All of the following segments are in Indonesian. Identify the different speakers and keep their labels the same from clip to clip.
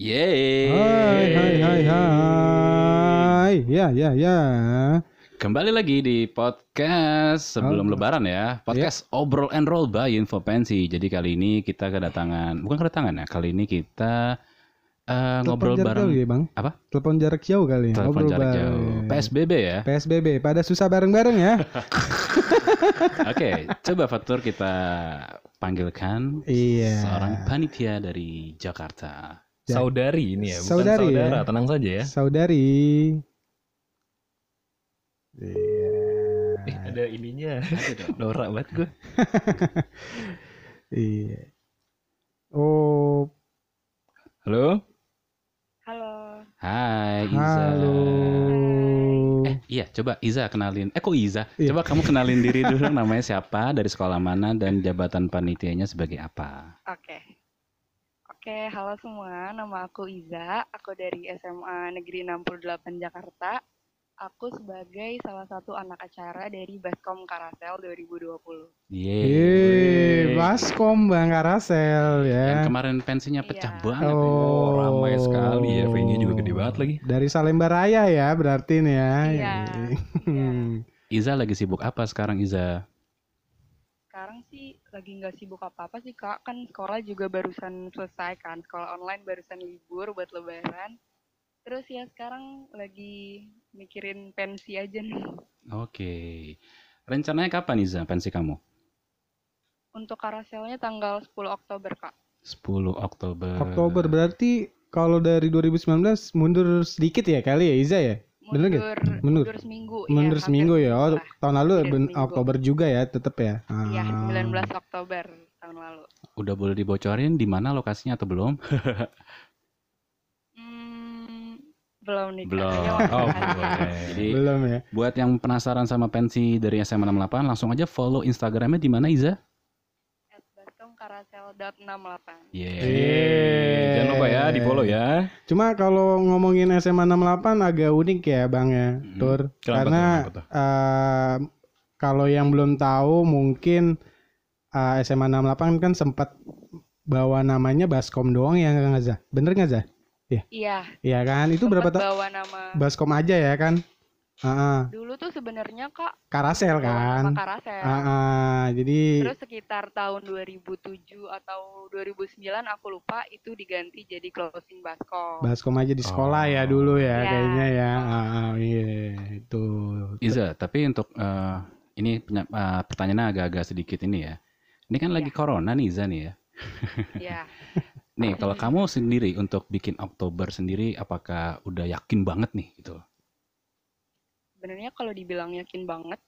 Speaker 1: Yeay.
Speaker 2: Hai, hai, hai, hai. Ya, ya, ya.
Speaker 1: Kembali lagi di podcast sebelum
Speaker 2: Halo. Iya.
Speaker 1: lebaran ya. Podcast Obrol and Roll by Info Pensi. Jadi kali ini kita kedatangan, bukan kedatangan ya, kali ini kita eh, ngobrol
Speaker 2: jarak
Speaker 1: bareng
Speaker 2: jauh ya, Bang?
Speaker 1: Apa?
Speaker 2: Telepon jarak jauh kali ya.
Speaker 1: telepon
Speaker 2: Ngobrol
Speaker 1: jarak
Speaker 2: bareng.
Speaker 1: jauh. PSBB ya.
Speaker 2: PSBB. Pada susah bareng-bareng ya.
Speaker 1: Oke, coba Fatur kita panggilkan
Speaker 2: iya.
Speaker 1: seorang panitia dari Jakarta.
Speaker 2: Ya.
Speaker 3: Saudari ini ya, bukan
Speaker 2: Saudari ya.
Speaker 3: saudara. Tenang saja ya.
Speaker 2: Saudari. Iya.
Speaker 3: Eh, ada ininya.
Speaker 1: Aduh dong.
Speaker 3: Norak banget gue.
Speaker 2: Iya. Oh,
Speaker 3: Halo?
Speaker 4: Halo,
Speaker 1: Hai Iza.
Speaker 2: halo.
Speaker 1: Eh,
Speaker 3: Gitu.
Speaker 1: iya, coba Iza kenalin. Eh, kok Iza?
Speaker 2: Iya.
Speaker 1: Coba kamu kenalin diri dulu namanya siapa, dari sekolah mana, dan jabatan panitianya sebagai apa.
Speaker 4: oke. Oke, halo semua. Nama aku Iza. Aku dari SMA Negeri 68 Jakarta. Aku sebagai salah satu anak acara dari Baskom Karasel 2020.
Speaker 3: Eh,
Speaker 2: Yeay, Iya, Baskom Bang Karasel ya.
Speaker 3: Kan
Speaker 1: Yang kemarin pensinya pecah
Speaker 4: Iya.
Speaker 1: banget.
Speaker 3: Oh, ramai sekali ya. Venue juga gede banget lagi.
Speaker 2: Dari Salemba Raya ya, berarti nih ya.
Speaker 4: Iya. Iya.
Speaker 2: Hmm.
Speaker 1: Iza lagi sibuk apa sekarang Iza?
Speaker 4: Sekarang sih lagi nggak sibuk apa-apa sih, Kak. Kan sekolah juga barusan selesai kan. Sekolah online barusan libur buat lebaran. Terus ya sekarang lagi mikirin pensi aja nih.
Speaker 1: Oke. Rencananya kapan Iza pensi kamu?
Speaker 4: Untuk Karaselnya tanggal 10 Oktober, Kak.
Speaker 1: 10
Speaker 4: Iya.
Speaker 1: Oktober.
Speaker 2: Oktober berarti kalau dari 2019 mundur sedikit ya kali ya Iza ya? Bener nggak?
Speaker 4: Mundur,
Speaker 2: Mundur.
Speaker 4: mundur seminggu. Iya,
Speaker 2: Mundur
Speaker 4: hampir
Speaker 2: seminggu ya. Oh,
Speaker 4: lah.
Speaker 2: tahun lalu
Speaker 4: Hampir
Speaker 2: ben-
Speaker 4: seminggu.
Speaker 2: Oktober juga ya, tetap ya.
Speaker 4: Iya,
Speaker 2: Ah.
Speaker 4: 19 Oktober tahun lalu.
Speaker 1: Udah boleh dibocorin di mana lokasinya atau belum?
Speaker 4: Hmm, belum nih. Kak.
Speaker 1: Belum.
Speaker 4: Ayo,
Speaker 3: Oh,
Speaker 4: Kak.
Speaker 3: boleh.
Speaker 1: Jadi
Speaker 2: Belum ya.
Speaker 1: buat yang penasaran sama pensi dari SMA 68 langsung aja follow Instagramnya di mana Iza?
Speaker 4: At baskomkarasel.68.
Speaker 1: Yeay.
Speaker 2: Yeay.
Speaker 3: Jangan lupa ya, di follow ya.
Speaker 2: Cuma kalau ngomongin SMA 68 agak unik ya Bang ya,
Speaker 1: Mm-mm.
Speaker 3: Hmm.
Speaker 2: Tur.
Speaker 3: Kenapa
Speaker 2: Karena
Speaker 3: tuh, kenapa tuh?
Speaker 2: eh, kalau yang belum tahu mungkin eh, SMA 68 kan sempat bawa namanya Baskom doang ya nggak Zah? Bener nggak Zah?
Speaker 4: Iya.
Speaker 2: Iya kan? Itu berapa
Speaker 4: sempat
Speaker 2: tahun?
Speaker 4: Bawa nama.
Speaker 2: Baskom aja ya kan? Ah, ah.
Speaker 4: Dulu tuh sebenarnya Kak,
Speaker 2: Karasel
Speaker 4: bawa
Speaker 2: kan?
Speaker 4: nama Karasel.
Speaker 2: Ah, ah. jadi
Speaker 4: Terus sekitar tahun 2007 atau 2009 aku lupa itu diganti jadi closing baskom.
Speaker 2: Baskom aja di sekolah ya
Speaker 3: Oh.
Speaker 2: dulu ya,
Speaker 4: Ya.
Speaker 2: kayaknya ya. Ah, ah, iya itu.
Speaker 3: Iya.
Speaker 1: Iza, tapi untuk eh, ini penya- eh, pertanyaannya agak-agak sedikit ini ya. Ini kan lagi corona nih Iza nih ya.
Speaker 4: Iya.
Speaker 1: Nih kalau kamu sendiri untuk bikin Oktober sendiri, apakah udah yakin banget nih gitu?
Speaker 4: sebenarnya kalau dibilang yakin banget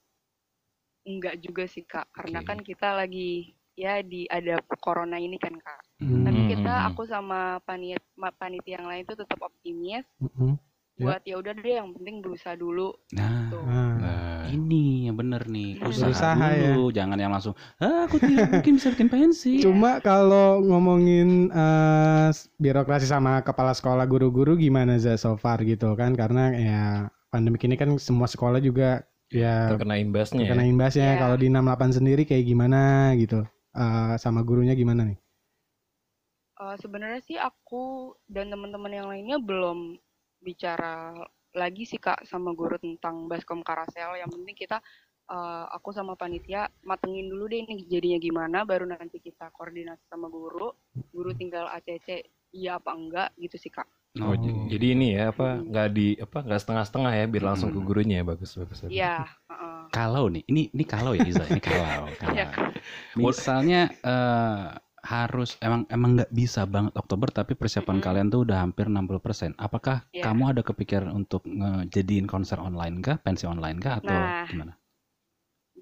Speaker 4: enggak juga sih kak karena
Speaker 1: Oke.
Speaker 4: kan kita lagi ya di ada corona ini kan kak
Speaker 2: Hmm.
Speaker 4: tapi
Speaker 3: Hmm,
Speaker 4: kita
Speaker 3: hmm, hmm.
Speaker 4: aku sama panit ma- panitia yang lain tuh tetap optimis
Speaker 2: Mhm. Ya.
Speaker 4: buat ya udah deh yang penting berusaha dulu gitu.
Speaker 1: Nah,
Speaker 4: tuh
Speaker 2: Ah.
Speaker 3: Nah,
Speaker 1: ini yang bener nih.
Speaker 4: Hmm.
Speaker 1: Usaha,
Speaker 2: Berusaha ya.
Speaker 1: dulu, jangan yang langsung. Ah, aku tidak mungkin bisa bikin pensi.
Speaker 4: Iya.
Speaker 2: Cuma kalau ngomongin eh, birokrasi sama kepala sekolah guru-guru gimana za so far gitu kan karena ya pandemi ini kan semua sekolah juga ya
Speaker 3: terkena imbasnya.
Speaker 2: terkena imbasnya.
Speaker 4: Iya.
Speaker 2: Kalau di 68 sendiri kayak gimana gitu. Eh, sama gurunya gimana nih?
Speaker 4: Eh, sebenarnya sih aku dan teman-teman yang lainnya belum bicara lagi sih kak sama guru tentang baskom karasel yang penting kita eh, aku sama panitia matengin dulu deh ini jadinya gimana baru nanti kita koordinasi sama guru guru tinggal ACC iya apa enggak gitu sih kak
Speaker 3: Oh, j-
Speaker 1: Oh.
Speaker 3: jadi ini ya apa nggak di apa nggak setengah-setengah ya biar langsung ke
Speaker 2: Hmm.
Speaker 3: gurunya bagus bagus. bagus.
Speaker 4: iya heeh.
Speaker 1: kalau nih, ini ini kalau ya Iza, ini kalau,
Speaker 4: Iya,
Speaker 1: kalau.
Speaker 4: Kak.
Speaker 1: Misalnya eh, harus emang emang nggak bisa banget Oktober tapi persiapan
Speaker 4: Mm-mm.
Speaker 1: kalian tuh udah hampir 60%. Apakah
Speaker 4: Iya.
Speaker 1: kamu ada kepikiran untuk ngejadiin konser online kah, pensi online kah atau
Speaker 4: Nah.
Speaker 1: gimana?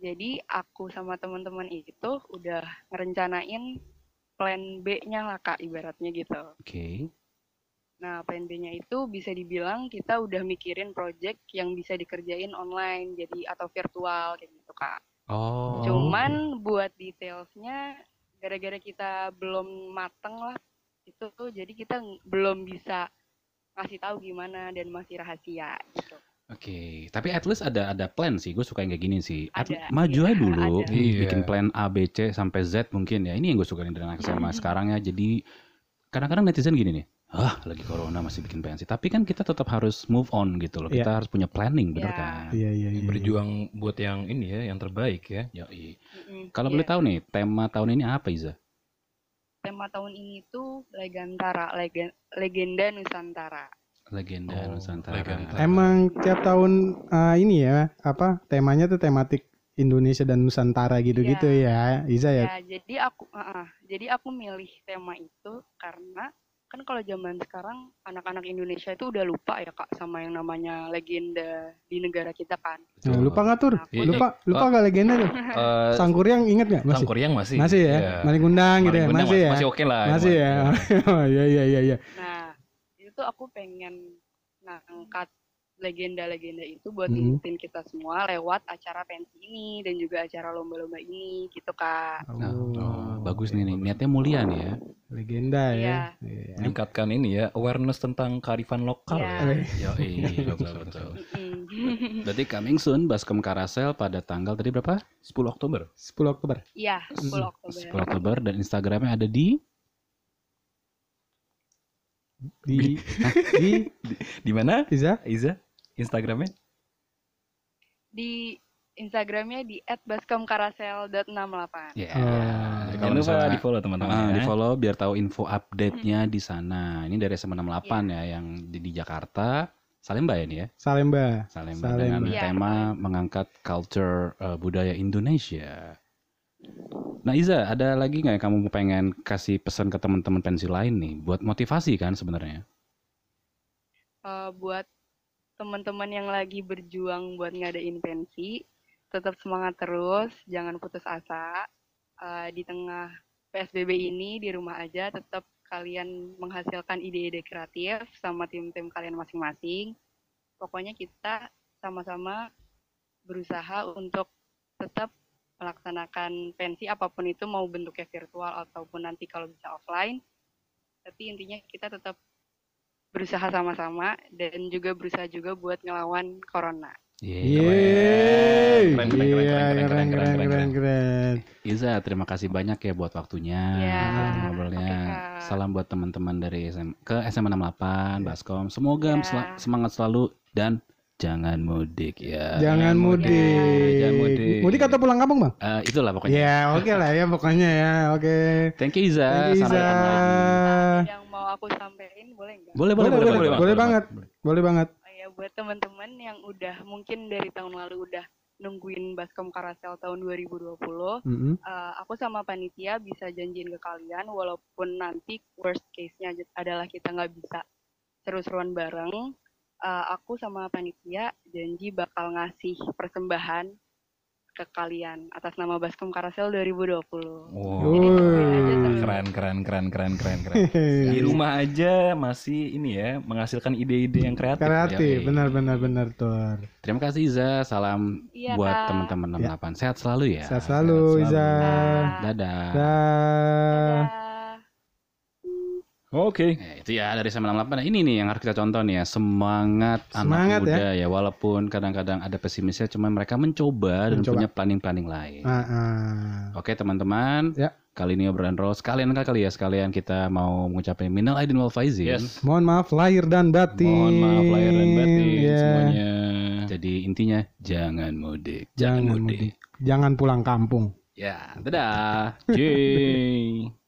Speaker 4: jadi aku sama teman-teman itu udah ngerencanain plan B-nya lah kak ibaratnya gitu
Speaker 1: Oke.
Speaker 4: Nah, plan B-nya itu bisa dibilang kita udah mikirin project yang bisa dikerjain online, jadi atau virtual kayak gitu, Kak.
Speaker 1: Oh.
Speaker 4: Cuman buat detailsnya gara-gara kita belum mateng lah itu tuh jadi kita ng- belum bisa ngasih tahu gimana dan masih rahasia gitu.
Speaker 1: Oke, tapi at least ada ada plan sih. Gue suka yang kayak gini sih. At-
Speaker 4: Ada,
Speaker 1: maju aja
Speaker 4: iya,
Speaker 1: dulu,
Speaker 4: ada.
Speaker 3: Iya.
Speaker 1: bikin plan A, B, C sampai Z mungkin ya. Ini yang gue suka dari anak SMA sekarang ya. Jadi kadang-kadang netizen gini nih. ah lagi corona masih bikin pensi. Tapi kan kita tetap harus move on gitu loh.
Speaker 2: Iya.
Speaker 1: Kita harus punya planning, bener
Speaker 4: Iya.
Speaker 1: kan?
Speaker 2: Iya iya iya.
Speaker 3: Berjuang buat yang ini ya, yang terbaik ya.
Speaker 1: Yoi.
Speaker 4: Mm-mm,
Speaker 1: Kalau
Speaker 4: iya.
Speaker 1: boleh tahu nih, tema tahun ini apa Iza?
Speaker 4: tema tahun ini tuh legantara, legen- legenda Nusantara.
Speaker 1: Legenda
Speaker 3: Oh,
Speaker 1: Nusantara.
Speaker 3: legenda.
Speaker 2: Emang tiap tahun eh, ini ya apa temanya tuh tematik Indonesia dan Nusantara gitu-gitu ya, Iza ya.
Speaker 4: Ya, jadi aku ah, ah. jadi aku milih tema itu karena kan kalau zaman sekarang anak-anak Indonesia itu udah lupa ya Kak sama yang namanya legenda di negara kita kan.
Speaker 2: Nah, lupa nggak tuh?
Speaker 4: Nah, aku
Speaker 3: Iya.
Speaker 4: tuh-
Speaker 2: Lupa lupa nggak legenda tuh?
Speaker 3: Eh,
Speaker 2: Sangkuryang inget nggak masih?
Speaker 3: Sangkuryang masih.
Speaker 2: Masih ya,
Speaker 3: Iya.
Speaker 2: maling undang gitu ya,
Speaker 3: Malingundang
Speaker 2: masih ya,
Speaker 3: Masih oke lah.
Speaker 2: masih ya,
Speaker 3: Cuman-
Speaker 2: iya iya iya iya.
Speaker 4: nah, itu tuh aku pengen ngangkat legenda-legenda itu buat
Speaker 2: Mhm.
Speaker 4: ngingetin kita semua lewat acara pensi ini dan juga acara lomba-lomba ini gitu Kak.
Speaker 1: Nah, oh, bagus
Speaker 2: oke.
Speaker 1: nih, nih, niatnya mulia nih ya.
Speaker 2: Legenda
Speaker 4: Iya.
Speaker 2: ya. Iya.
Speaker 3: meningkatkan ini ya awareness tentang kearifan lokal
Speaker 4: Iya.
Speaker 3: ya.
Speaker 1: Yoi, betul betul.
Speaker 4: Mm-mm.
Speaker 1: Berarti coming soon Baskom Karasel pada tanggal tadi berapa?
Speaker 3: 10 Oktober.
Speaker 2: 10 Oktober.
Speaker 4: Iya, 10
Speaker 1: 10
Speaker 4: Oktober.
Speaker 1: Oktober dan Instagramnya ada di
Speaker 2: Di di
Speaker 3: Di mana?
Speaker 2: Iza
Speaker 3: Iza Instagramnya?
Speaker 4: Di Instagramnya di @baskomkarasel.68.
Speaker 3: Iya.
Speaker 1: ya.
Speaker 2: Ah,
Speaker 1: Jadi
Speaker 3: Jangan
Speaker 1: kalau
Speaker 3: lupa
Speaker 1: misalnya-
Speaker 3: di follow teman-teman.
Speaker 1: Ah,
Speaker 3: ya.
Speaker 1: di follow biar tahu info update-nya di sana. Ini dari SMA 68 ya yang di, di Jakarta. Salemba ya ini ya.
Speaker 2: Salemba.
Speaker 1: Salemba,
Speaker 2: Salemba.
Speaker 1: dengan
Speaker 4: Iya.
Speaker 1: tema mengangkat culture eh, budaya Indonesia. Nah Iza, ada lagi nggak yang kamu pengen kasih pesan ke teman-teman pensi lain nih buat motivasi kan sebenarnya?
Speaker 4: eh, buat teman-teman yang lagi berjuang buat ngadain pensi, tetap semangat terus, jangan putus asa. Eh, di tengah PSBB ini di rumah aja tetap kalian menghasilkan ide-ide kreatif sama tim-tim kalian masing-masing. Pokoknya kita sama-sama berusaha untuk tetap melaksanakan pensi apapun itu mau bentuknya virtual ataupun nanti kalau bisa offline. Tapi intinya kita tetap berusaha sama-sama dan juga berusaha juga buat ngelawan corona.
Speaker 3: Iya,
Speaker 2: Iya, Yeay.
Speaker 3: Keren, keren, keren,
Speaker 2: Iya,
Speaker 3: keren,
Speaker 2: keren keren
Speaker 3: keren, keren,
Speaker 2: keren keren.
Speaker 1: Iza, terima kasih banyak ya buat waktunya
Speaker 4: Ya,
Speaker 1: ngobrolnya.
Speaker 4: oke, Kak. Iya.
Speaker 1: Salam buat teman-teman dari SM, ke SMA 68 Baskom. Semoga
Speaker 4: Ya.
Speaker 1: sel- semangat selalu dan jangan mudik ya.
Speaker 2: Jangan mudik.
Speaker 1: Jangan mudik.
Speaker 2: Mudik atau pulang kampung, Bang?
Speaker 1: Eh, itulah pokoknya.
Speaker 2: Ya, oke lah ya pokoknya ya. Oke.
Speaker 1: Thank you Iza.
Speaker 2: Thank you,
Speaker 1: Sampai
Speaker 2: Iza.
Speaker 1: ketemu lagi.
Speaker 4: Yang mau aku sampaikan boleh nggak?
Speaker 1: Eh. Boleh, boleh, boleh, boleh,
Speaker 2: boleh, boleh banget. Boleh banget.
Speaker 4: Oh ya, buat teman-teman yang udah mungkin dari tahun lalu udah nungguin Baskom Karasel tahun 2020,
Speaker 2: Mm-mm.
Speaker 4: eh, aku sama panitia bisa janjiin ke kalian walaupun nanti worst case-nya aja- adalah kita nggak bisa seru-seruan bareng, eh, aku sama panitia janji bakal ngasih persembahan ke kalian atas nama Baskom Karasel 2020.
Speaker 1: Oh,
Speaker 3: Wow.
Speaker 4: Jadi tungguin aja
Speaker 2: Wuih.
Speaker 4: terus.
Speaker 3: Keren, keren, keren, keren, keren, keren. Di rumah aja masih ini ya menghasilkan ide-ide yang kreatif.
Speaker 2: Kreatif,
Speaker 1: Yoi.
Speaker 2: benar benar benar tuh.
Speaker 1: Terima kasih Iza. Salam
Speaker 4: Iya,
Speaker 1: buat
Speaker 4: Kak.
Speaker 1: teman-teman 68. Sehat selalu ya.
Speaker 2: Sehat selalu,
Speaker 3: Sehat selalu.
Speaker 2: Iza.
Speaker 1: Dadah.
Speaker 2: Dah.
Speaker 4: Dadah.
Speaker 3: Oke.
Speaker 1: Nah, itu ya dari SMA 68. Nah, ini nih yang harus kita contoh nih ya, semangat,
Speaker 2: Semangat
Speaker 1: anak
Speaker 2: ya.
Speaker 1: muda ya. Walaupun kadang-kadang ada pesimisnya, cuman mereka mencoba, dan
Speaker 2: Mencoba.
Speaker 1: punya planning-planning lain.
Speaker 2: Ah, ah.
Speaker 1: Oke, teman-teman.
Speaker 2: Ya.
Speaker 1: Kali ini obrolan roll sekalian kali ya sekalian kita mau mengucapkan minal aidin wal faizin.
Speaker 3: Yes.
Speaker 2: Mohon maaf lahir dan batin.
Speaker 3: Mohon maaf lahir dan batin
Speaker 2: Ya.
Speaker 3: semuanya.
Speaker 1: Jadi intinya jangan mudik,
Speaker 2: Jangan mudik. Jangan pulang kampung.
Speaker 1: Ya, dadah.
Speaker 3: Yeay.